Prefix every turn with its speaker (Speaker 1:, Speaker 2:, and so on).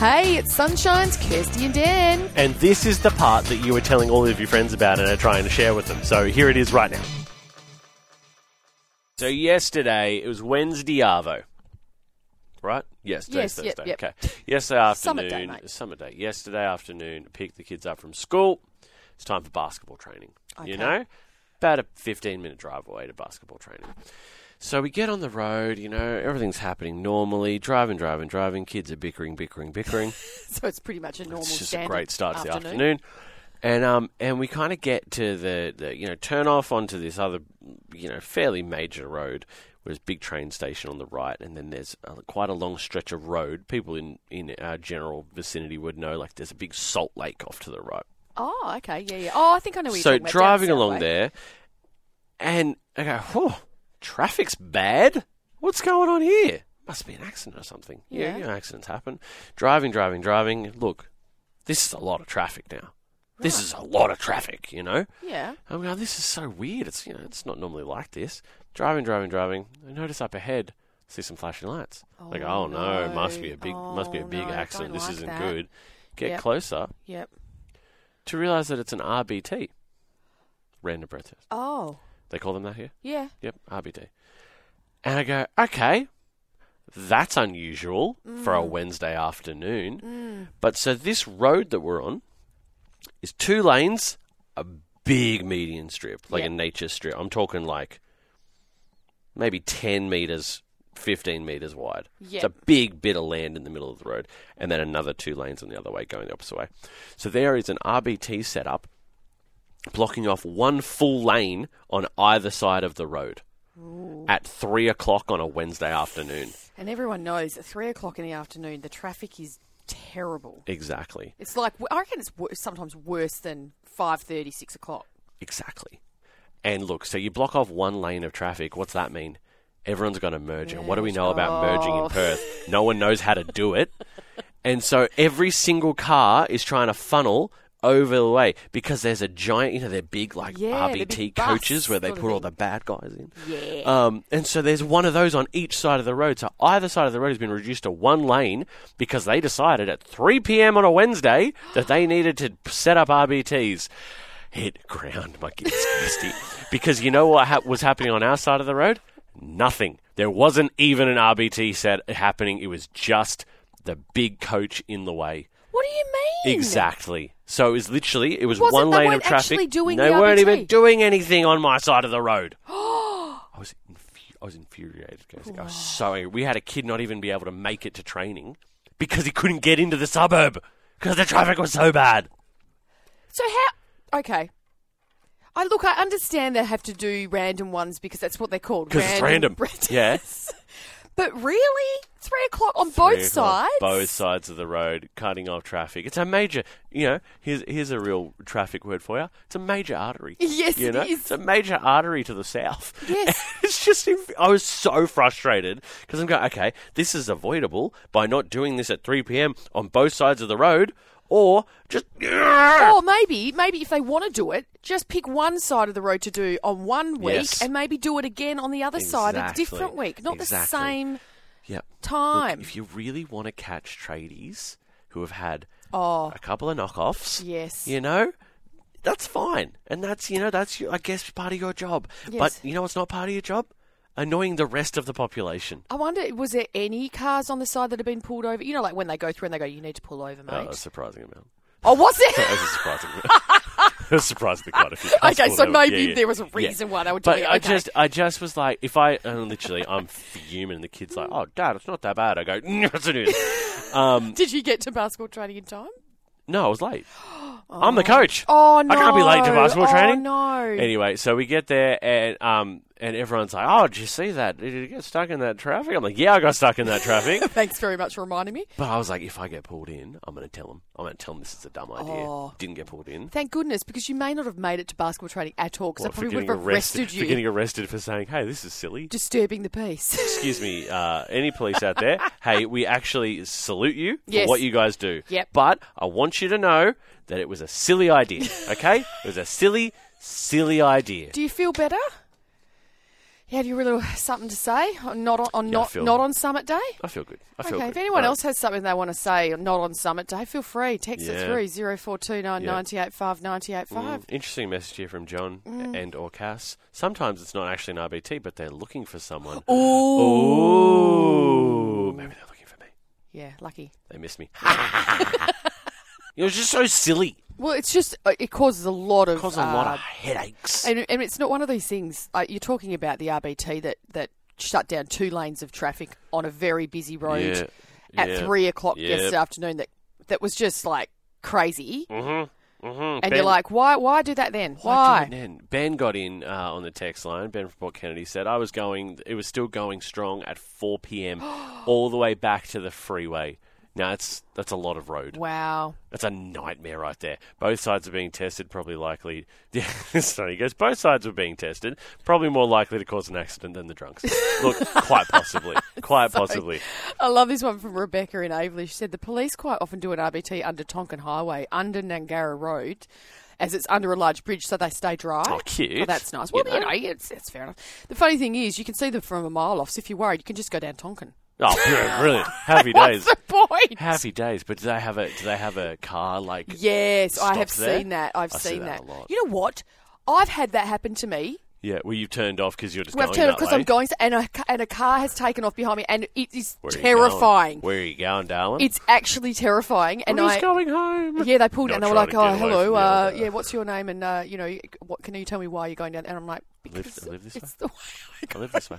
Speaker 1: Hey, it's Sunshine's Kirsty and Dan.
Speaker 2: And this is the part that you were telling all of your friends about and are trying to share with them. So here it is right now. So yesterday, it was Wednesday Arvo. Right? Yes, today's
Speaker 1: Yes,
Speaker 2: Thursday.
Speaker 1: yep, yep.
Speaker 2: Okay. Yesterday afternoon.
Speaker 1: Summer day, mate.
Speaker 2: summer day. Yesterday afternoon, picked the kids up from school. It's time for basketball training.
Speaker 1: Okay.
Speaker 2: You know? About a 15 minute drive away to basketball training. So we get on the road, you know, everything's happening normally. Driving, driving, driving. Kids are bickering, bickering, bickering.
Speaker 1: So it's pretty much a normal
Speaker 2: It's just a
Speaker 1: standard
Speaker 2: great start to the
Speaker 1: afternoon.
Speaker 2: afternoon. And um and we kind of get to the, the you know turn off onto this other you know fairly major road where there's a big train station on the right and then there's a, quite a long stretch of road people in in our general vicinity would know like there's a big salt lake off to the right
Speaker 1: Oh, okay, yeah, yeah. Oh, I think I know what
Speaker 2: so
Speaker 1: you're talking about.
Speaker 2: driving
Speaker 1: Down
Speaker 2: along
Speaker 1: South Way.
Speaker 2: there, and I go, "Whoa, traffic's bad. What's going on here? Must be an accident or something." Yeah,
Speaker 1: Yeah.
Speaker 2: you know, accidents happen. Driving, driving, driving. Look, this is a lot of traffic now. This is a lot of traffic. You know.
Speaker 1: Yeah.
Speaker 2: I'm going, this is so weird. It's you know, it's not normally like this. Driving, driving, driving. I notice up ahead, see some flashing lights. like,
Speaker 1: Oh,
Speaker 2: oh no,
Speaker 1: no.
Speaker 2: must be a big, must be a
Speaker 1: Oh,
Speaker 2: big
Speaker 1: no,
Speaker 2: accident.
Speaker 1: don't
Speaker 2: This
Speaker 1: like
Speaker 2: isn't
Speaker 1: that.
Speaker 2: good. Get
Speaker 1: Yep.
Speaker 2: closer
Speaker 1: Yep.
Speaker 2: to realize that it's an RBT, random breath test.
Speaker 1: Oh,
Speaker 2: They call them that here.
Speaker 1: yeah.
Speaker 2: Yep, RBT. And I go, okay, that's unusual for
Speaker 1: Mm.
Speaker 2: a Wednesday afternoon. But so this road that we're on is two lanes, a big median strip, like
Speaker 1: Yep.
Speaker 2: a nature strip. I'm talking like maybe 10 meters, 15 meters wide. It's
Speaker 1: Yep.
Speaker 2: a big bit of land in the middle of the road, and then another two lanes on the other way going the opposite way. So there is an RBT set up blocking off one full lane on either side of the road at three o'clock on a Wednesday afternoon.
Speaker 1: And everyone knows at three o'clock in the afternoon, the traffic is terrible.
Speaker 2: Exactly.
Speaker 1: It's like I reckon it's wor- sometimes worse than five thirty, six o'clock.
Speaker 2: Exactly. And look, so you block off one lane of traffic. What's that mean? Everyone's going to merge. And what do we know about merging in
Speaker 1: Oh.
Speaker 2: Perth? No one knows how to do it. And so every single car is trying to funnel over the way because there's a giant, you know, they're big like
Speaker 1: Yeah, the
Speaker 2: RBT
Speaker 1: big bus
Speaker 2: coaches where they
Speaker 1: sort of
Speaker 2: put all
Speaker 1: thing.
Speaker 2: the bad guys in.
Speaker 1: Yeah.
Speaker 2: Um, and so there's one of those on each side of the road. So either side of the road has been reduced to one lane because they decided at 3 p.m. on a Wednesday that they needed to set up RBTs. It ground my kids, Kirsty, because you know what ha- was happening on our side of the road? Nothing. There wasn't even an RBT set happening. It was just the big coach in the way.
Speaker 1: What do you mean?
Speaker 2: Exactly. So it was literally it was
Speaker 1: Wasn't-
Speaker 2: one
Speaker 1: they
Speaker 2: lane of
Speaker 1: weren't
Speaker 2: traffic.
Speaker 1: actually doing
Speaker 2: they
Speaker 1: the
Speaker 2: weren't
Speaker 1: RBT.
Speaker 2: even doing anything on my side of the road. I was infu- I was infuriated. Guys. I was so angry. We had a kid not even be able to make it to training because he couldn't get into the suburb because the traffic was so bad.
Speaker 1: So how? Okay. I look. I understand they have to do random ones because that's what they're called.
Speaker 2: Because it's random.
Speaker 1: breath
Speaker 2: Yeah.
Speaker 1: tests. But really, three o'clock on both
Speaker 2: Three o'clock,
Speaker 1: sides.
Speaker 2: both sides of the road, cutting off traffic. It's a major. You know, here's here's a real traffic word for you. It's a major artery.
Speaker 1: Yes,
Speaker 2: you
Speaker 1: it
Speaker 2: know?
Speaker 1: is.
Speaker 2: It's a major artery to the south.
Speaker 1: Yes.
Speaker 2: it's just. inf- I was so frustrated because I'm going. Okay, this is avoidable by not doing this at 3 p.m. on both sides of the road, or just.
Speaker 1: Or maybe, maybe if they want to do it, just pick one side of the road to do on one week,
Speaker 2: Yes.
Speaker 1: and maybe do it again on the other side a
Speaker 2: Exactly.
Speaker 1: different week, not
Speaker 2: Exactly.
Speaker 1: the same
Speaker 2: Yep.
Speaker 1: time.
Speaker 2: Look, if you really want to catch tradies who have had
Speaker 1: Oh.
Speaker 2: a couple of knockoffs,
Speaker 1: Yes.
Speaker 2: you know, that's fine, and that's you know that's your, I guess part of your job. But
Speaker 1: Yes.
Speaker 2: you know what's not part of your job? Annoying the rest of the population.
Speaker 1: I wonder, was there any cars on the side that have been pulled over? You know, like when they go through and they go, "You need to pull over,
Speaker 2: Oh,
Speaker 1: mate."
Speaker 2: a surprising amount.
Speaker 1: oh, was
Speaker 2: That
Speaker 1: it?
Speaker 2: was a surprising amount. It was surprisingly quite a few. cars
Speaker 1: Okay,
Speaker 2: pulled
Speaker 1: so
Speaker 2: over.
Speaker 1: maybe
Speaker 2: Yeah, yeah.
Speaker 1: there was a
Speaker 2: Yeah.
Speaker 1: reason why they were
Speaker 2: But
Speaker 1: doing it.
Speaker 2: I
Speaker 1: Okay.
Speaker 2: just, I just was like, if I and literally, I'm fuming. And the kid's like, "Oh, Dad, it's not that bad." I go, "Mm, "Yes, it is." Um,
Speaker 1: Did you get to basketball training in time?
Speaker 2: no, I was late. I'm the coach.
Speaker 1: Oh no!
Speaker 2: I can't be late to basketball
Speaker 1: oh,
Speaker 2: training.
Speaker 1: No.
Speaker 2: Anyway, so we get there and um and everyone's like, "Oh, did you see that? Did you get stuck in that traffic?" I'm like, "Yeah, I got stuck in that traffic."
Speaker 1: Thanks very much for reminding me.
Speaker 2: but I was like, "If I get pulled in, I'm going to tell them. I'm going to tell them this is a dumb idea."
Speaker 1: Oh.
Speaker 2: Didn't get pulled in.
Speaker 1: Thank goodness, because you may not have made it to basketball training at all, because I
Speaker 2: What, for
Speaker 1: probably would
Speaker 2: getting
Speaker 1: have
Speaker 2: arrested,
Speaker 1: arrested
Speaker 2: for
Speaker 1: you,
Speaker 2: getting arrested for saying, "Hey, this is silly."
Speaker 1: disturbing the peace.
Speaker 2: Excuse me, uh, any police out there? hey, we actually salute you for
Speaker 1: Yes.
Speaker 2: what you guys do.
Speaker 1: Yep.
Speaker 2: But I want you to know that it was a silly idea. Okay, it was a silly, silly idea.
Speaker 1: Do you feel better? You had your little something to say? On Not on, on
Speaker 2: I
Speaker 1: not
Speaker 2: feel-
Speaker 1: not on Summit Day.
Speaker 2: I feel good. I feel
Speaker 1: Okay,
Speaker 2: good. Uh,
Speaker 1: if anyone
Speaker 2: Right.
Speaker 1: else has something they want to say, not on Summit Day, feel free. Text
Speaker 2: Yeah.
Speaker 1: it through 0429 985 985.
Speaker 2: Mm, interesting message here from John
Speaker 1: Mm.
Speaker 2: and or Cass. Sometimes it's not actually an RBT, but they're looking for someone. Ooh, maybe they're looking for me.
Speaker 1: Yeah, lucky.
Speaker 2: They missed me. it was just so silly.
Speaker 1: Well, it's just, uh, it causes a lot of.
Speaker 2: Caused a lot
Speaker 1: uh,
Speaker 2: of headaches.
Speaker 1: And, and it's not one of these things. Uh, you're talking about the RBT that, that shut down two lanes of traffic on a very busy road
Speaker 2: Yeah.
Speaker 1: at
Speaker 2: Yeah.
Speaker 1: three o'clock
Speaker 2: Yeah.
Speaker 1: yesterday afternoon that, that was just like crazy.
Speaker 2: Mm-hmm. Mm-hmm.
Speaker 1: And you're like, why Why do that then?
Speaker 2: Why?
Speaker 1: Why?
Speaker 2: do it then? Ben got in uh, on the text line. Ben from Port Kennedy said, I was going, it was still going strong at 4 p.m. all the way back to the freeway. Now, that's, that's a lot of road.
Speaker 1: Wow.
Speaker 2: That's a nightmare right there. Both sides are being tested, probably likely. Yeah, so he goes, both sides are being tested, probably more likely to cause an accident than the drunks. Look, quite possibly. Quite possibly.
Speaker 1: I love this one from Rebecca in Avely. She said the police quite often do an RBT under Tonkin Highway, under Nangara Road, as it's under a large bridge, so they stay dry.
Speaker 2: Oh, cute.
Speaker 1: Oh, that's nice.
Speaker 2: You
Speaker 1: Well, you know, it's, it's fair enough. The funny thing is, you can see them from a mile off. So if you're worried, you can just go down Tonkin.
Speaker 2: Oh, brilliant. brilliant. Happy days.
Speaker 1: What's the point?
Speaker 2: Happy days. But do they have a, do they have a car like.
Speaker 1: yes, I
Speaker 2: Stops
Speaker 1: have
Speaker 2: there?
Speaker 1: seen that. I've
Speaker 2: I see
Speaker 1: seen
Speaker 2: that
Speaker 1: that.
Speaker 2: a lot.
Speaker 1: You know what? I've had that happen to me.
Speaker 2: Yeah, well, you've turned off because you're just
Speaker 1: Well, I've
Speaker 2: going
Speaker 1: turned
Speaker 2: that
Speaker 1: because
Speaker 2: way.
Speaker 1: I'm going, s- and a, ca- and a car has taken off behind me, and it is
Speaker 2: Where are you
Speaker 1: terrifying.
Speaker 2: going? Where are you going, darling?
Speaker 1: It's actually terrifying, and
Speaker 2: We're
Speaker 1: I
Speaker 2: just going home.
Speaker 1: Yeah, they pulled
Speaker 2: Not
Speaker 1: down. They were
Speaker 2: trying
Speaker 1: like, "Oh,
Speaker 2: to get away from
Speaker 1: hello,
Speaker 2: the
Speaker 1: uh,
Speaker 2: elder.
Speaker 1: yeah, what's your name?" And uh, you know, what can you tell me why you're going down? And I'm like,
Speaker 2: live
Speaker 1: "Because
Speaker 2: this
Speaker 1: it's the way I
Speaker 2: I
Speaker 1: go."
Speaker 2: live this way.